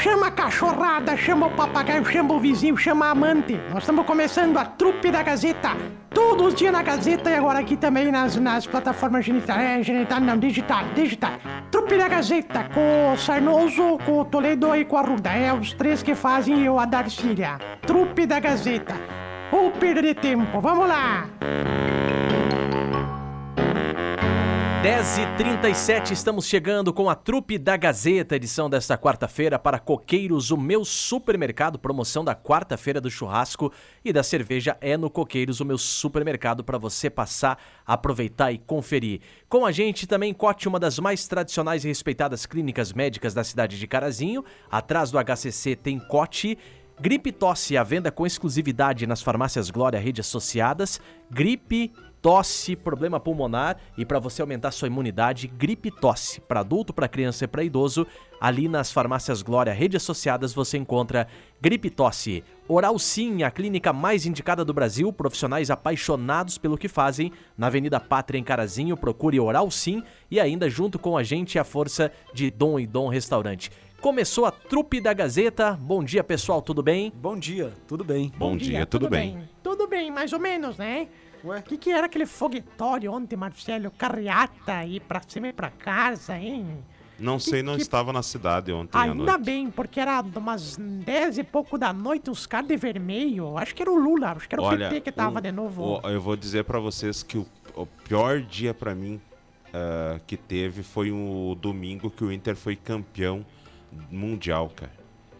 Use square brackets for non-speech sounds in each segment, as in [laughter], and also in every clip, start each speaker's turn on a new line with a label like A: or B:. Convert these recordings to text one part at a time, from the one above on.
A: Chama a cachorrada, chama o papagaio, chama o vizinho, chama a amante. Nós estamos começando a trupe da Gazeta. Todos os dias na Gazeta e agora aqui também nas, nas plataformas genital. É, genital não, digital, digital. Trupe da Gazeta, com o Sarnoso, com o Toledo e com a Ruda. É os três que fazem eu a Darcília. Trupe da Gazeta. Ou perder tempo, vamos lá!
B: 10 e 37 estamos chegando com a Trupe da Gazeta, edição desta quarta-feira para Coqueiros, o meu supermercado, promoção da quarta-feira do churrasco e da cerveja é no Coqueiros, o meu supermercado, para você passar, aproveitar e conferir. Com a gente também Cote, uma das mais tradicionais e respeitadas clínicas médicas da cidade de Carazinho, atrás do HCC tem Cote. Gripe Tosse, à venda com exclusividade nas farmácias Glória Rede Associadas. Gripe, tosse, problema pulmonar e para você aumentar sua imunidade, gripe tosse, para adulto, para criança e para idoso, ali nas farmácias Glória Rede Associadas você encontra gripe tosse. Oral Sim, a clínica mais indicada do Brasil, profissionais apaixonados pelo que fazem, na Avenida Pátria em Carazinho, procure Oral Sim e ainda junto com a gente a força de Dom e Dom Restaurante. Começou a trupe da Gazeta. Bom dia, pessoal, tudo bem?
C: Bom dia, tudo bem?
D: Bom, dia, tudo, bem?
A: Tudo bem, mais ou menos, né?
C: Ué?
A: O que, que era aquele foguetório ontem, Marcelo? Carreata e pra cima e pra casa, hein?
D: Não sei, não estava na cidade ontem à
A: Ainda
D: noite.
A: bem, porque era umas 10 e pouco da noite, uns caras de vermelho. Acho que era o Lula, acho que era o PT que tava
D: o-
A: de novo.
D: o- eu vou dizer pra vocês que o, o pior dia pra mim ah, que teve foi o domingo que o Inter foi campeão mundial, cara.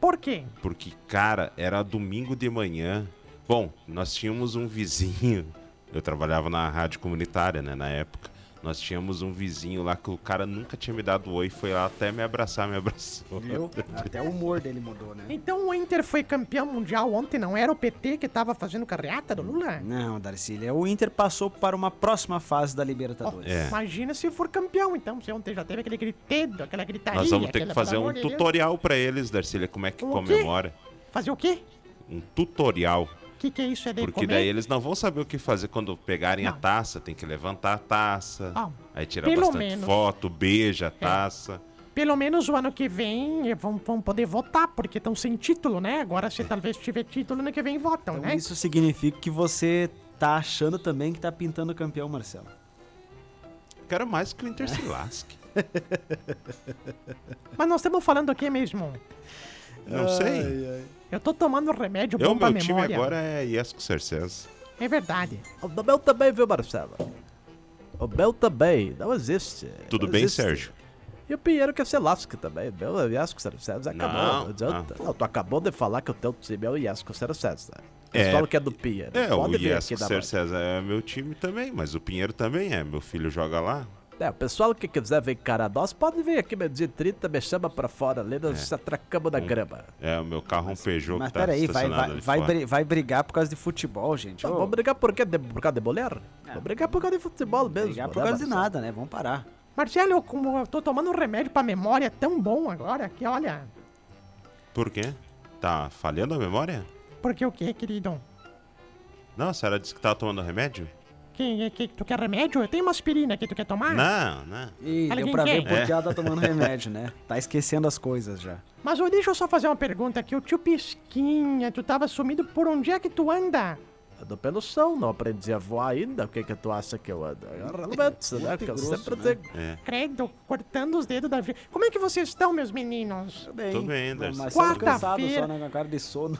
A: Por quê?
D: Porque, cara, era domingo de manhã. Bom, nós tínhamos um vizinho. [laughs] Eu trabalhava na rádio comunitária, né, na época. Nós tínhamos um vizinho lá que o cara nunca tinha me dado oi, foi lá até me abraçar, me [laughs] abraçou.
C: Viu? Até o humor dele mudou, né?
A: Então o Inter foi campeão mundial ontem, não era o PT que tava fazendo carreata do Lula?
C: Não, Darcília, o Inter passou para uma próxima fase da
A: Ó,
C: Libertadores.
D: É.
A: Imagina se for campeão, então. Se ontem já teve aquele gritedo, aquela gritaria.
D: Nós vamos ter
A: aquela-
D: que fazer
A: pelo
D: um
A: amor de Deus.
D: tutorial pra eles, Darcília, como é que
A: O quê?
D: comemora.
A: Fazer o quê?
D: Um tutorial.
A: O que, que é isso? É de
D: Porque
A: comer?
D: daí eles não vão saber o que fazer quando pegarem a
A: Não.
D: taça. Tem que levantar a taça.
A: Ah,
D: aí tira
A: pelo
D: bastante
A: menos. É.
D: foto, beija a taça.
A: Pelo menos o ano que vem eh, vão, vão poder votar, porque estão sem título, né? Agora, se talvez tiver título, ano que vem votam,
C: Então
A: né?
C: isso significa que você tá achando também que tá pintando campeão, Marcelo.
D: Quero mais que o Inter
A: É.
D: se lasque.
A: Mas nós estamos falando aqui mesmo.
D: Não sei.
A: Eu tô tomando remédio
D: Eu,
A: bom pra
D: meu time
A: memória.
D: agora é Iesco Cercés.
A: É verdade.
B: O Bel também, viu, Marcelo? O Bel também, não existe.
D: Tudo
B: Não
D: bem,
B: existe.
D: Sérgio?
B: E o Pinheiro que é Selasco também. Meu Iasco Cero César
D: Não, ah.
B: acabou. Não, adianta. Não. tu acabou de falar que o teu time é o Iasco Cero César. Eles
D: É.
B: falam que é do Pinheiro.
D: É, o
B: Pode vir
D: Iesco
B: aqui da Bahia.
D: Cercés é meu time também, mas o Pinheiro também é. Meu filho joga lá.
B: É, o pessoal que quiser vir encarar nós, pode vir aqui meio dia e 30, me chama pra fora ali, nós nos atracamos na grama.
D: É, o meu carro é um Peugeot
C: Mas
D: que tá
C: peraí, vai,
D: estacionado
C: vai,
D: ali
C: vai,
D: fora. Tá
C: bri- vai brigar por causa de futebol, gente.
B: Então,
C: Ô,
B: vamos brigar por quê? De- por causa de mulher? Vamos brigar por causa de futebol mesmo.
C: É. brigar por
B: né,
C: causa de
B: Marcelo?
C: nada, né? Vamos parar.
A: Marcelo, eu, como eu tô tomando um remédio pra memória tão bom agora que, olha.
D: Por quê? Tá falhando a memória?
A: Porque o quê, querido?
D: Não, a senhora disse que tava tomando remédio?
A: Que, que, tu quer remédio? Eu tenho uma aspirina que tu quer tomar?
D: Não, não.
C: Ih,
A: Olha
C: deu
A: quem
C: pra
A: quer.
C: ver porque
D: É.
C: ela tá tomando remédio, né? Tá esquecendo as coisas já.
A: Mas ô, deixa eu só fazer uma pergunta aqui. O tio Pisquinha, tu tava sumido por onde é que tu anda?
E: Tá
B: Ando pelo chão, não aprendi a voar ainda. O que que tu acha que eu ando? É Realmente, né? Que eu
C: grosso,
B: sempre
C: né?
B: digo.
D: É.
A: Credo, cortando os dedos da vida. Como é que vocês estão, meus meninos?
C: Tudo bem.
D: Tudo bem, Darcy.
C: Mas só cansado
A: Quarta-feira.
C: só, né? Com a cara de sono.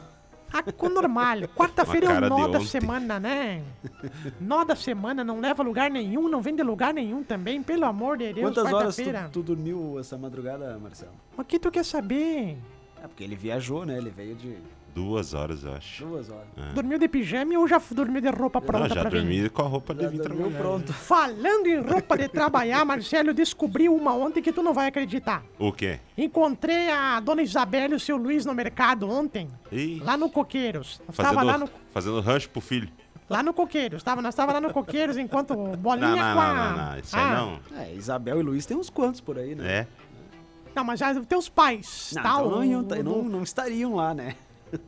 A: Ah, com
D: [laughs]
A: normal. Quarta-feira
D: Uma
A: é o
D: cara
A: nó
D: de
A: da
D: ontem.
A: semana, né? Nó da semana, não leva a lugar nenhum, não vende lugar nenhum também, pelo amor de Deus,
C: Quantas horas tu,
A: quarta-feira.
C: tu dormiu essa madrugada, Marcelo?
A: O que tu quer saber?
C: É porque ele viajou, né? Ele veio de
D: Duas horas, eu acho.
C: duas horas.
D: É.
A: Dormiu de pijama ou já f- dormiu de roupa pronta
D: não, já
A: pra
D: dormi
A: vir?
D: com a roupa de
C: Já
D: vir né?
C: dormiu
D: trabalhar.
C: pronto.
A: Falando em roupa de trabalhar, Marcelo, eu descobri uma ontem que tu não vai acreditar.
D: O quê?
A: Encontrei a dona Isabel e o seu Luiz no mercado ontem,
D: Ih,
A: lá no Coqueiros. Eu
D: fazendo,
A: tava lá no,
D: fazendo rancho pro filho.
A: lá no Coqueiros, tava, nós tava lá no Coqueiros enquanto bolinha
D: [laughs] Não, não,
A: com a...
D: não, não, não. Isso
A: Ah, Tá
D: aí não.
C: É, Isabel e Luiz tem uns quantos por aí, né?
D: É.
A: Não, mas já teus pais,
C: Não,
A: tá?
C: então
A: O-
C: não, iam- tá-
A: o-
C: não, não estariam lá, né?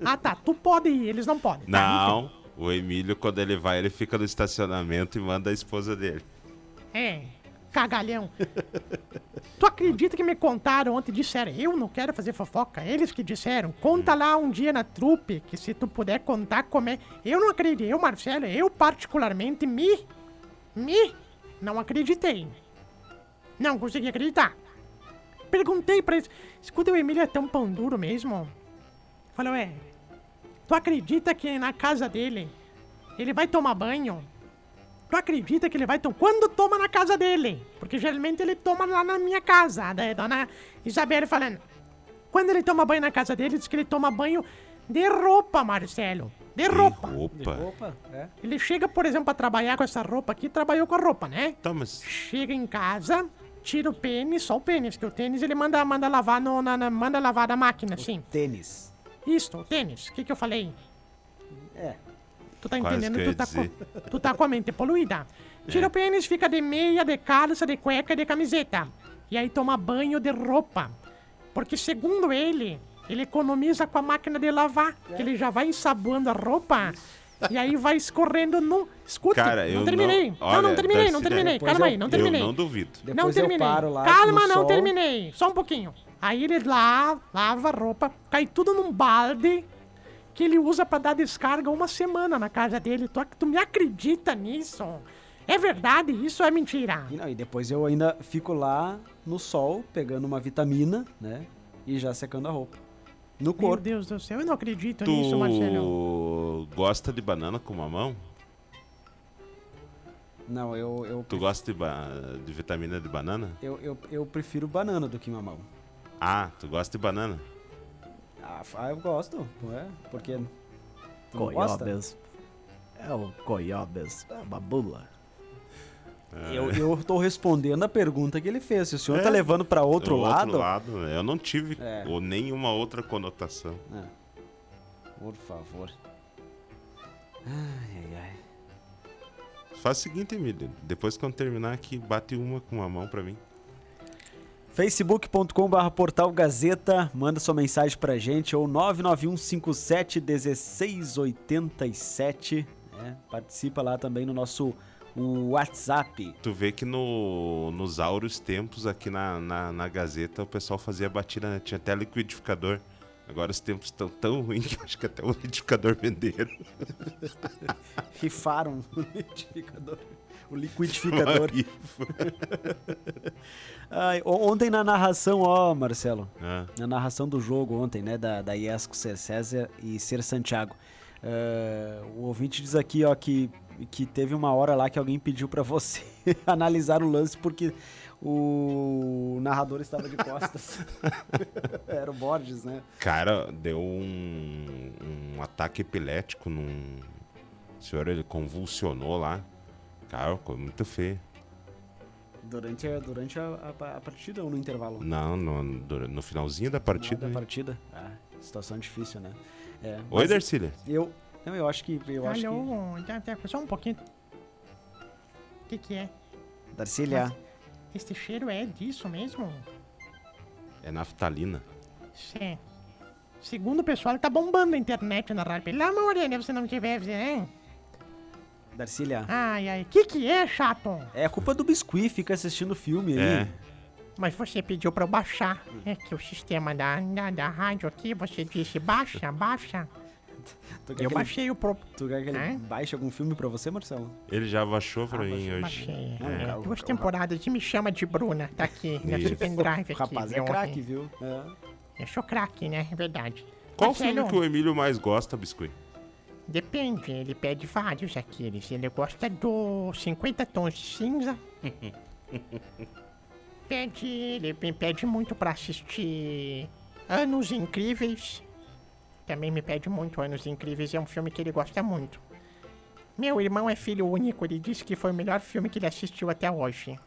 A: Ah, tá. Tu pode ir, eles não podem. Tá, enfim.
D: Não. O Emílio, quando ele vai, ele fica no estacionamento e manda a esposa dele.
A: é. cagalhão. tu acredita que me contaram ontem? Disseram, eu não quero fazer fofoca. Eles que disseram, conta lá um dia na trupe, que se tu puder contar como é. Eu não acreditei, eu, Marcelo, eu particularmente me. me. não acreditei. Não consegui acreditar. Perguntei pra eles, escuta, o Emílio é tão pão duro mesmo? Falou, é. Tu acredita que na casa dele ele vai tomar banho? Tu acredita que ele vai tomar. Quando toma na casa dele? Porque geralmente ele toma lá na minha casa. Daí a dona Isabel falando. Quando ele toma banho na casa dele, diz que ele toma banho de roupa, Marcelo. De roupa.
D: roupa.
E: Opa, é.
A: Ele chega, por exemplo, pra trabalhar com essa roupa aqui, trabalhou com a roupa, né?
D: Tá, mas
A: Chega em casa, tira o pênis, só o pênis, que o tênis ele manda, manda lavar no, na, na- manda lavar na máquina, assim.
C: Tênis.
A: Isso, o tênis. O que, que eu falei?
C: É.
A: Tu tá
D: Quase
A: entendendo?
D: que eu
A: Tu
D: ia
A: tá,
D: dizer. É.
A: com, tu tá com a mente poluída. Tira o pênis, fica de meia, de calça, de cueca e de camiseta. E aí toma banho de roupa. Porque segundo ele, ele economiza com a máquina de lavar. Que ele já vai ensaboando a roupa. E aí vai escorrendo no... Escuta,
D: Cara, eu
A: não terminei.
D: não-
A: Não,
D: olha,
A: não, terminei, não
D: Darcy,
A: terminei.
E: depois
A: Calma
E: eu-
A: aí, não
E: eu
D: eu
A: terminei.
D: não duvido.
E: Depois
A: não
E: eu
A: terminei.
E: paro lá
A: Calma,
E: no
A: não
E: sol.
A: terminei. Só um pouquinho. Aí ele lá, lava a roupa, cai tudo num balde que ele usa pra dar descarga uma semana na casa dele. Tu, ac- tu me acredita nisso? É verdade? Isso é mentira.
C: E, não, e depois eu ainda fico lá no sol, pegando uma vitamina, né? E já secando a roupa. No
A: Meu
C: corpo.
A: Deus do céu, eu não acredito nisso, Marcelo.
D: Tu gosta de banana com mamão?
C: Não, eu eu,
D: Tu gosta de, ba- de vitamina de banana?
C: eu, eu, eu prefiro banana do que mamão.
D: Ah, tu gosta de banana?
C: Ah, f- ah, eu gosto, ué, porque... Tu não gosta?
E: Coiobes. É o coiobes. É uma bula.
D: É.
C: Eu, eu tô respondendo a pergunta que ele fez. Se o senhor tá levando pra outro,
D: O
C: lado...
D: né? Eu não tive
C: É.
D: ou nenhuma outra conotação.
C: Por favor. Ai, ai, ai.
D: Faz o seguinte, Emílio. Depois quando terminar aqui, bate uma com a mão pra mim.
C: facebook.com.br portal Gazeta, manda sua mensagem pra gente, ou 991571687, né? Participa lá também no nosso WhatsApp.
D: Tu vê que no, nos áureos tempos aqui na, na, na Gazeta o pessoal fazia batida, né? Tinha até liquidificador. Agora os tempos estão tão ruins que eu acho que até o liquidificador venderam. [laughs]
C: Rifaram o [laughs] liquidificador. O [laughs] liquidificador. Ai, o- ontem na narração, ó, Marcelo,
D: Ah,
C: na narração do jogo ontem, né, da, da Iesco Ser César e Ser Santiago. Eh, o ouvinte diz aqui, ó, que, que teve uma hora lá que alguém pediu pra você [laughs] analisar o lance porque o narrador estava de
D: [laughs]
C: costas. Era o Borges, né?
D: cara, deu um, um ataque epilético num. O senhor ele convulsionou lá. Cara, ficou muito feio.
C: Durante, a- durante a, a- a partida ou no intervalo?
D: Não, no, dura- no finalzinho da partida.
C: Da
D: né?
C: partida. Ah, situação difícil, né? É,
D: Oi,
C: mas
D: Darcília.
C: Eu, não, eu acho que... Eu acho que...
A: Alô, tá, tá, só um pouquinho. O que, que é?
C: Darcília,
A: Este cheiro é disso mesmo?
D: É naftalina.
A: Sim. Segundo o pessoal, tá bombando a internet na rádio. Pelo amor de Deus, se não tiver, né?
C: Darcília,
A: Ai, ai, que que é, chato?
C: é culpa do Biscuit, fica assistindo filme aí.
D: É.
A: Mas você pediu pra eu baixar. É que o sistema da, da, da rádio aqui, você disse baixa, baixa.
C: Tu quer
A: Eu
C: que ele-
A: baixei o pro...
C: Tu quer que ele
A: Hã?
C: baixe algum filme pra você, Marcelo?
D: Ele já
C: Ah,
D: baixou pra mim hoje.
A: Baixei.
C: É,
A: É,
C: o-
A: duas
C: o-
A: temporadas de Me Chama de Bruna. Tá aqui, nesse
D: Isso.
A: pendrive
C: O
A: aqui.
C: rapaz é
A: viu?
C: craque, viu? É.
A: Eu sou craque, né? É verdade.
D: Qual
A: Marcelo,
D: filme que o Emílio mais gosta, Biscuit?
A: Depende, ele pede vários aqueles. Ele gosta do 50 tons de
D: [laughs]
A: cinza. pede, ele me pede muito pra assistir Anos Incríveis. Também me pede muito Anos Incríveis, é um filme que ele gosta muito. Meu irmão é filho único, ele disse que foi o melhor filme que ele assistiu até hoje.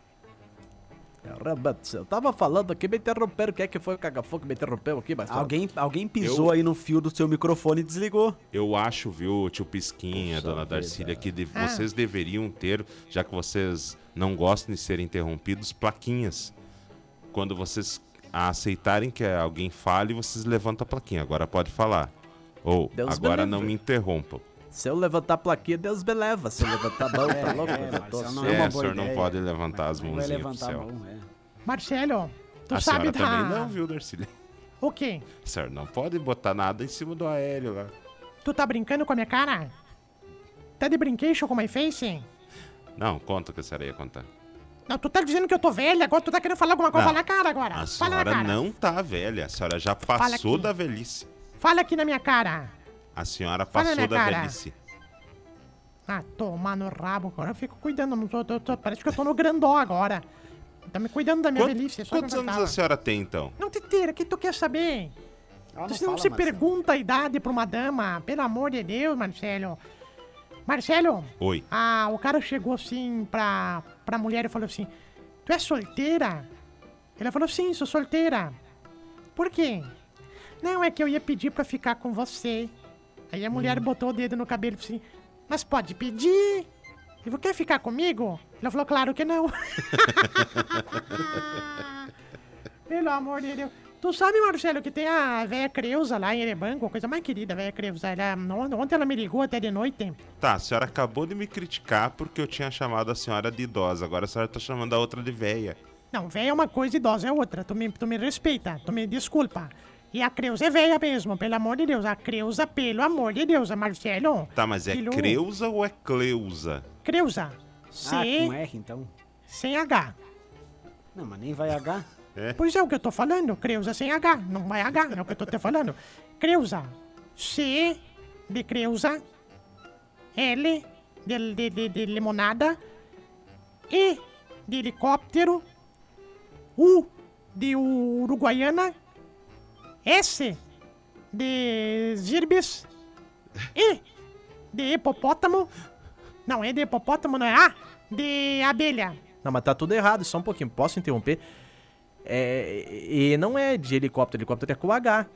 E: Caramba, do céu. é eu tava falando aqui, me interromperam. Quem é que foi o cagafô que me interrompeu aqui,
D: Tá
E: tá. Marcelo?
C: Alguém, alguém pisou aí no fio do seu microfone e desligou.
D: Eu acho, viu, tio Pisquinha, dona Darcília, que de-
A: Ah.
D: vocês deveriam ter, já que vocês não gostam de serem interrompidos, plaquinhas. Quando vocês aceitarem que alguém fale, vocês levantam a plaquinha. Agora pode falar. Ou
E: Deus me
D: agora
E: livre.
D: não me interrompam.
E: Se eu levantar a plaquinha, Deus me leva. Se eu levantar a mão, tá louco? eu tô
C: Marcelo, não
E: só-
C: é
D: É,
C: uma
D: o
C: boa
D: senhor não
C: ideia.
D: pode levantar as
C: Não vai
D: mãozinhas pro
C: levantar a
D: céu.
C: mão, é.
A: Marcelo, tu
D: A
A: sabe
D: senhora
A: da...
D: também não, viu, Darcília?
A: O quê?
D: A senhora não pode botar nada em cima do aéreo lá.
A: Tu tá brincando com a minha cara? Tá de brinquedo com my face?
D: Não, conta o que a senhora ia contar.
A: Não, tu tá dizendo que eu tô velha, agora tu tá querendo falar alguma coisa.
D: Não.
A: Fala na cara agora. Fala na
D: A senhora
A: cara.
D: não tá velha, a senhora já passou da velhice.
A: Fala aqui na minha cara.
D: A senhora
A: Fala na
D: passou da
A: cara.
D: velhice.
A: Ah, tomar no rabo agora. Eu fico cuidando. não tô- tô- tô- parece que eu tô no grandó agora. Tá me cuidando da minha
D: Quant-
A: velhice. é Só
D: quantos
A: que eu
D: anos
A: tava.
D: a senhora tem, então?
A: Não, Teteira, o que tu quer saber? Você não
C: Ela fala, né?
A: se
C: Marcelo.
A: pergunta a idade pra uma dama. Pelo amor de Deus, Marcelo. Marcelo,
D: Oi.
A: ah, o cara chegou assim pra, pra mulher e falou assim: Tu é solteira? Ela falou: Sim, sou solteira. Por quê? Não, é que eu ia pedir pra ficar com você. Aí a mulher botou o dedo no cabelo e falou assim: Mas pode pedir? E você quer ficar comigo? Ela falou: Claro que não. [laughs] Pelo amor de Deus. Tu sabe, Marcelo, que tem a velha Creuza lá em Erebanco, a coisa mais querida, a velha Creuza. Ela, on- ontem ela me ligou até de noite.
D: Tá, a senhora acabou de me criticar porque eu tinha chamado a senhora de idosa. Agora a senhora tá chamando a outra de véia.
A: Não, velha é uma coisa, idosa é outra. Tu me, tu me respeita, tu me desculpa. E a Creuza é velha mesmo, pelo amor de Deus. A Creuza, pelo amor de Deus, Marcelo.
D: Tá, mas é
A: Que louco.
D: Creuza ou é Cleusa?
A: Creuza. C,
C: Ah, com R então.
A: sem H.
C: Não, mas nem vai H.
A: Pois é o que eu tô falando, Creuza sem H. Não vai H, é o que eu tô te falando. Creuza. C de Creuza. L de, de, de, de limonada. E de helicóptero. U de Uruguaiana. S de Zirbis. E de hipopótamo. Não, é de hipopótamo, não é A. De abelha.
B: Não, mas tá tudo errado, só um pouquinho. Posso interromper? É, e não é de helicóptero, helicóptero é com H.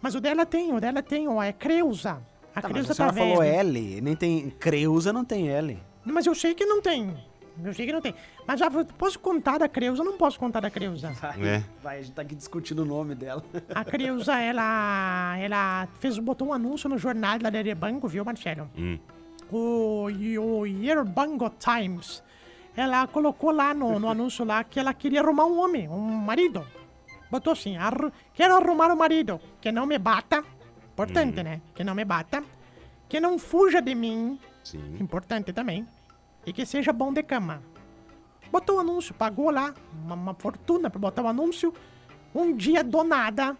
A: Mas o dela tem, o dela tem, ó, é Creuza. A
C: Tá, mas
A: Creuza
C: a
A: tá
C: senhora falou
A: velha.
C: L. Nem tem... Creuza não tem L.
A: Mas eu sei que não tem. Eu sei que não tem. Mas já posso contar da Creuza? Não posso contar da Creuza.
D: É.
C: Vai, a gente tá aqui discutindo o nome dela. [laughs]
A: A Creuza, ela. Ela fez, botou um anúncio no jornal da Erebanco, viu, Marcelo?
D: Hum.
A: O, e o Yerbango Times. Ela colocou lá no, no anúncio lá que ela queria arrumar um homem, um marido. Botou assim, "Arru- quero arrumar um marido que não me bata.
D: Hum.
A: Importante, né? Que não me bata. Que não fuja de mim.
D: Sim.
A: Importante também. E que seja bom de cama. Botou o anúncio, pagou lá uma, uma fortuna pra botar o anúncio. Um dia do nada,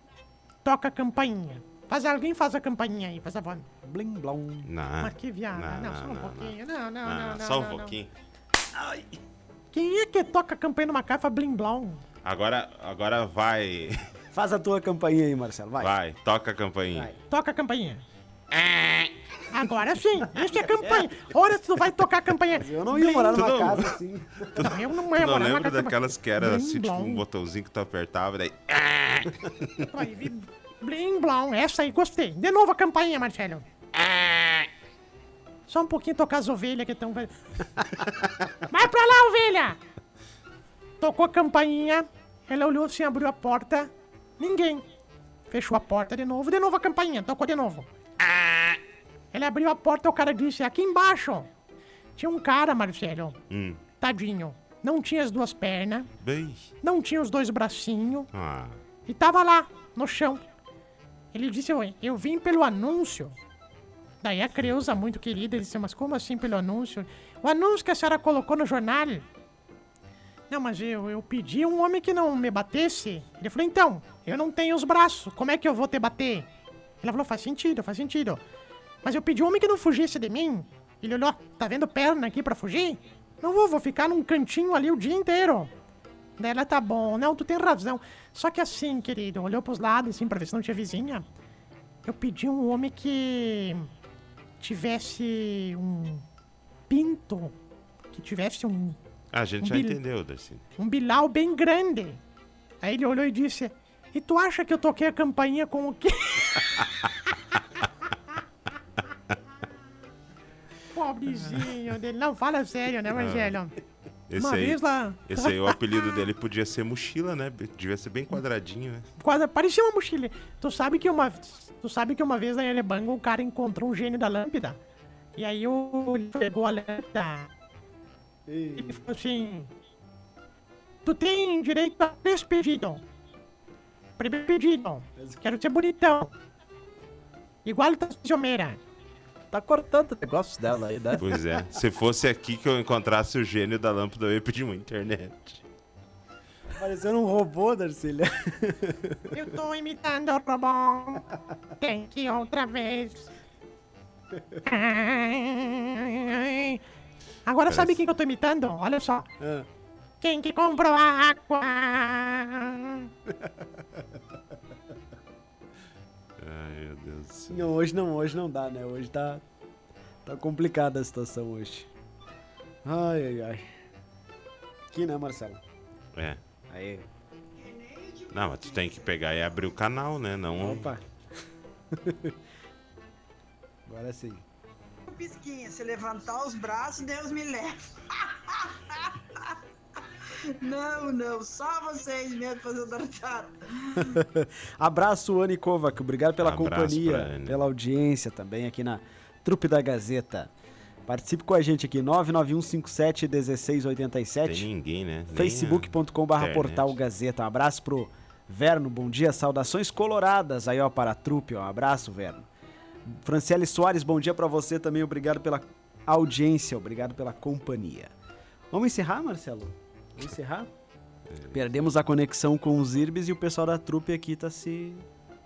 A: toca a campainha. Faz, alguém faz a campainha aí, faz a voz.
C: Blim, blom.
D: Não.
A: Mas que viada. Não, só um
D: Ah. não,
A: pouquinho. Não, não,
D: não,
A: não.
D: não,
A: não
D: Só
A: não,
D: um
A: não.
D: pouquinho.
A: Quem é que toca a campainha numa caixa blimblão?
D: Agora, agora vai.
C: Faz a tua campainha aí, Marcelo. Vai.
D: Vai, toca a campainha.
C: Vai.
A: Toca a campainha.
D: Ah.
A: Agora sim, isso é campanha. Ora, se tu vai tocar a campainha.
C: Eu não ia morar numa
D: Tu não-
C: casa assim. [laughs]
A: Não, eu não ia
D: Tu não
A: morar numa
D: lembra
A: casa-
D: daquelas que era assim, tipo
A: Blim-blom.
D: um botãozinho que tu apertava, daí. [laughs]
A: Aí, vi- Blim, blom, essa aí gostei. De novo a campainha, Marcelo. Só um pouquinho tocar as ovelhas que estão. [laughs] Vai pra lá, ovelha! Tocou a campainha, ela olhou assim, abriu a porta, ninguém. Fechou a porta de novo, de novo a campainha, tocou de novo. Ela abriu a porta, o cara disse: aqui embaixo. Tinha um cara, Marcelo,
D: Hum,
A: tadinho. Não tinha as duas pernas,
D: bem.
A: não tinha os dois bracinhos,
D: Ah,
A: e tava lá, no chão. Ele disse, eu, eu vim pelo anúncio. Daí a Creuza, muito querida, disse, mas como assim pelo anúncio? O anúncio que a senhora colocou no jornal. Não, mas eu, eu pedi um homem que não me batesse. Ele falou, então, eu não tenho os braços, como é que eu vou te bater? Ela falou, faz sentido, faz sentido. Mas eu pedi um homem que não fugisse de mim. Ele olhou, tá vendo perna aqui pra fugir? Não vou, vou ficar num cantinho ali o dia inteiro. Daí ela tá bom, não, tu tem razão. Só que assim, querido, olhou pros lados assim pra ver se não tinha vizinha. Eu pedi um homem que tivesse um pinto, que tivesse um,
D: a gente já
A: Bil-
D: entendeu, Darcy.
A: um bilau bem grande. Aí ele olhou e disse: E tu acha que eu toquei a campainha com o quê? [laughs] Pobrezinho dele. Não, fala sério, né, Marcelo?
D: Esse
A: Uma
D: aí,
A: vez lá-
D: esse aí, o apelido dele podia ser mochila, né? Devia ser bem quadradinho, né?
A: Quase, parecia uma mochila. Tu sabe que uma, tu sabe que uma vez na Elebango o cara encontrou um gênio da lâmpada. E aí o ele pegou a letra e falou assim: Tu tem direito a três pedidos. Primeiro pedido: Quero ser bonitão. Igual o Tassiomeira.
E: Tá cortando o negócio dela aí, né?
D: Pois é. Se fosse aqui que eu encontrasse o gênio da lâmpada, eu ia pedir uma internet.
C: Parecendo um robô, Darcília.
A: Eu tô imitando o robô. Tem que ir outra vez. Ai. Agora sabe quem que eu tô imitando? Olha só.
C: Ah.
A: Quem que comprou a água?
D: Ai, meu Deus do céu.
C: Não, hoje não, hoje não dá, né? Hoje tá, tá complicada a situação hoje. Ai, ai, ai. Aqui, né, Marcelo?
D: É.
C: Aí.
D: Não, mas tu tem que pegar e abrir o canal, né? Não.
C: Opa. [laughs] Agora sim.
F: Pisquinha, se levantar os braços, Deus me leva. [laughs] Não, não, só vocês mesmo fazendo artado.
C: Abraço, Anne Kovac. Obrigado pela
D: Abraço pra
C: companhia,
D: Anne.
C: pela audiência também aqui na Trupe da Gazeta. Participe com a gente aqui, 991571687.
D: Tem ninguém, né? Nem a-
C: facebook.com.br
D: internet.
C: portal Gazeta. Um abraço pro Verno, bom dia, saudações coloradas aí, ó, para a trupe, ó. Um abraço, Verno. Franciele Soares, bom dia pra você também, obrigado pela audiência, obrigado pela companhia. Vamos encerrar, Marcelo? Vamos encerrar? Perdemos a conexão com os Irbes e o pessoal da trupe aqui tá se,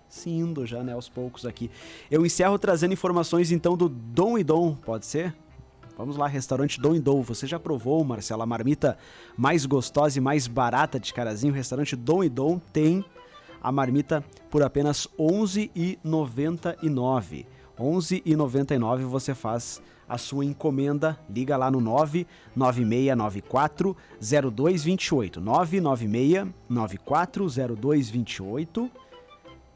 C: se indo já, né, aos poucos aqui. Eu encerro trazendo informações então do Dom e Dom, pode ser? Vamos lá, restaurante Dom e Dom. Você já provou, Marcelo, a marmita mais gostosa e mais barata de Carazinho? O restaurante Dom e Dom tem a marmita por apenas R$ 11,99. R$ 11,99 você faz a sua encomenda. Liga lá no 99694 0228. 996 94 0228.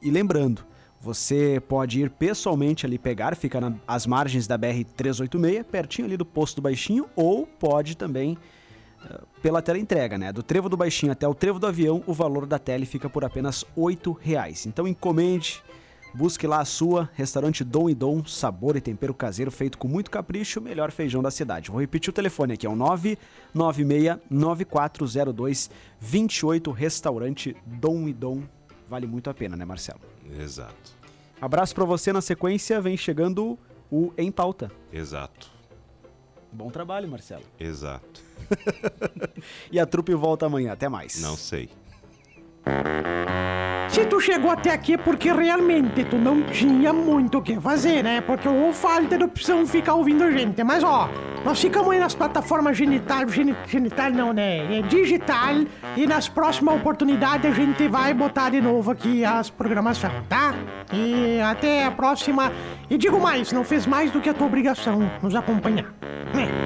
C: E lembrando, você pode ir pessoalmente ali pegar, fica nas margens da BR-386, pertinho ali do posto do Baixinho, ou pode também eh, pela tela entrega, né? Do trevo do Baixinho até o trevo do avião, o valor da tele fica por apenas R$ 8,00. Então encomende, busque lá a sua, restaurante Dom e Dom, sabor e tempero caseiro feito com muito capricho, o melhor feijão da cidade. Vou repetir o telefone aqui, é o 996-9402-28, restaurante Dom e Dom. Vale muito a pena, né, Marcelo?
D: Exato.
C: Abraço pra você na sequência, vem chegando o Em Pauta.
D: Exato.
C: Bom trabalho, Marcelo.
D: Exato.
C: E a trupe volta amanhã, até mais.
D: Não sei.
A: Se tu chegou até aqui é porque realmente tu não tinha muito o que fazer, né? Porque ou falta de opção ficar ouvindo a gente. Mas ó, nós ficamos aí nas plataformas genital, geni- genital não, né? É digital. E nas próximas oportunidades a gente vai botar de novo aqui as programações, tá? E até a próxima. E digo mais, não fez mais do que a tua obrigação nos acompanhar. Né?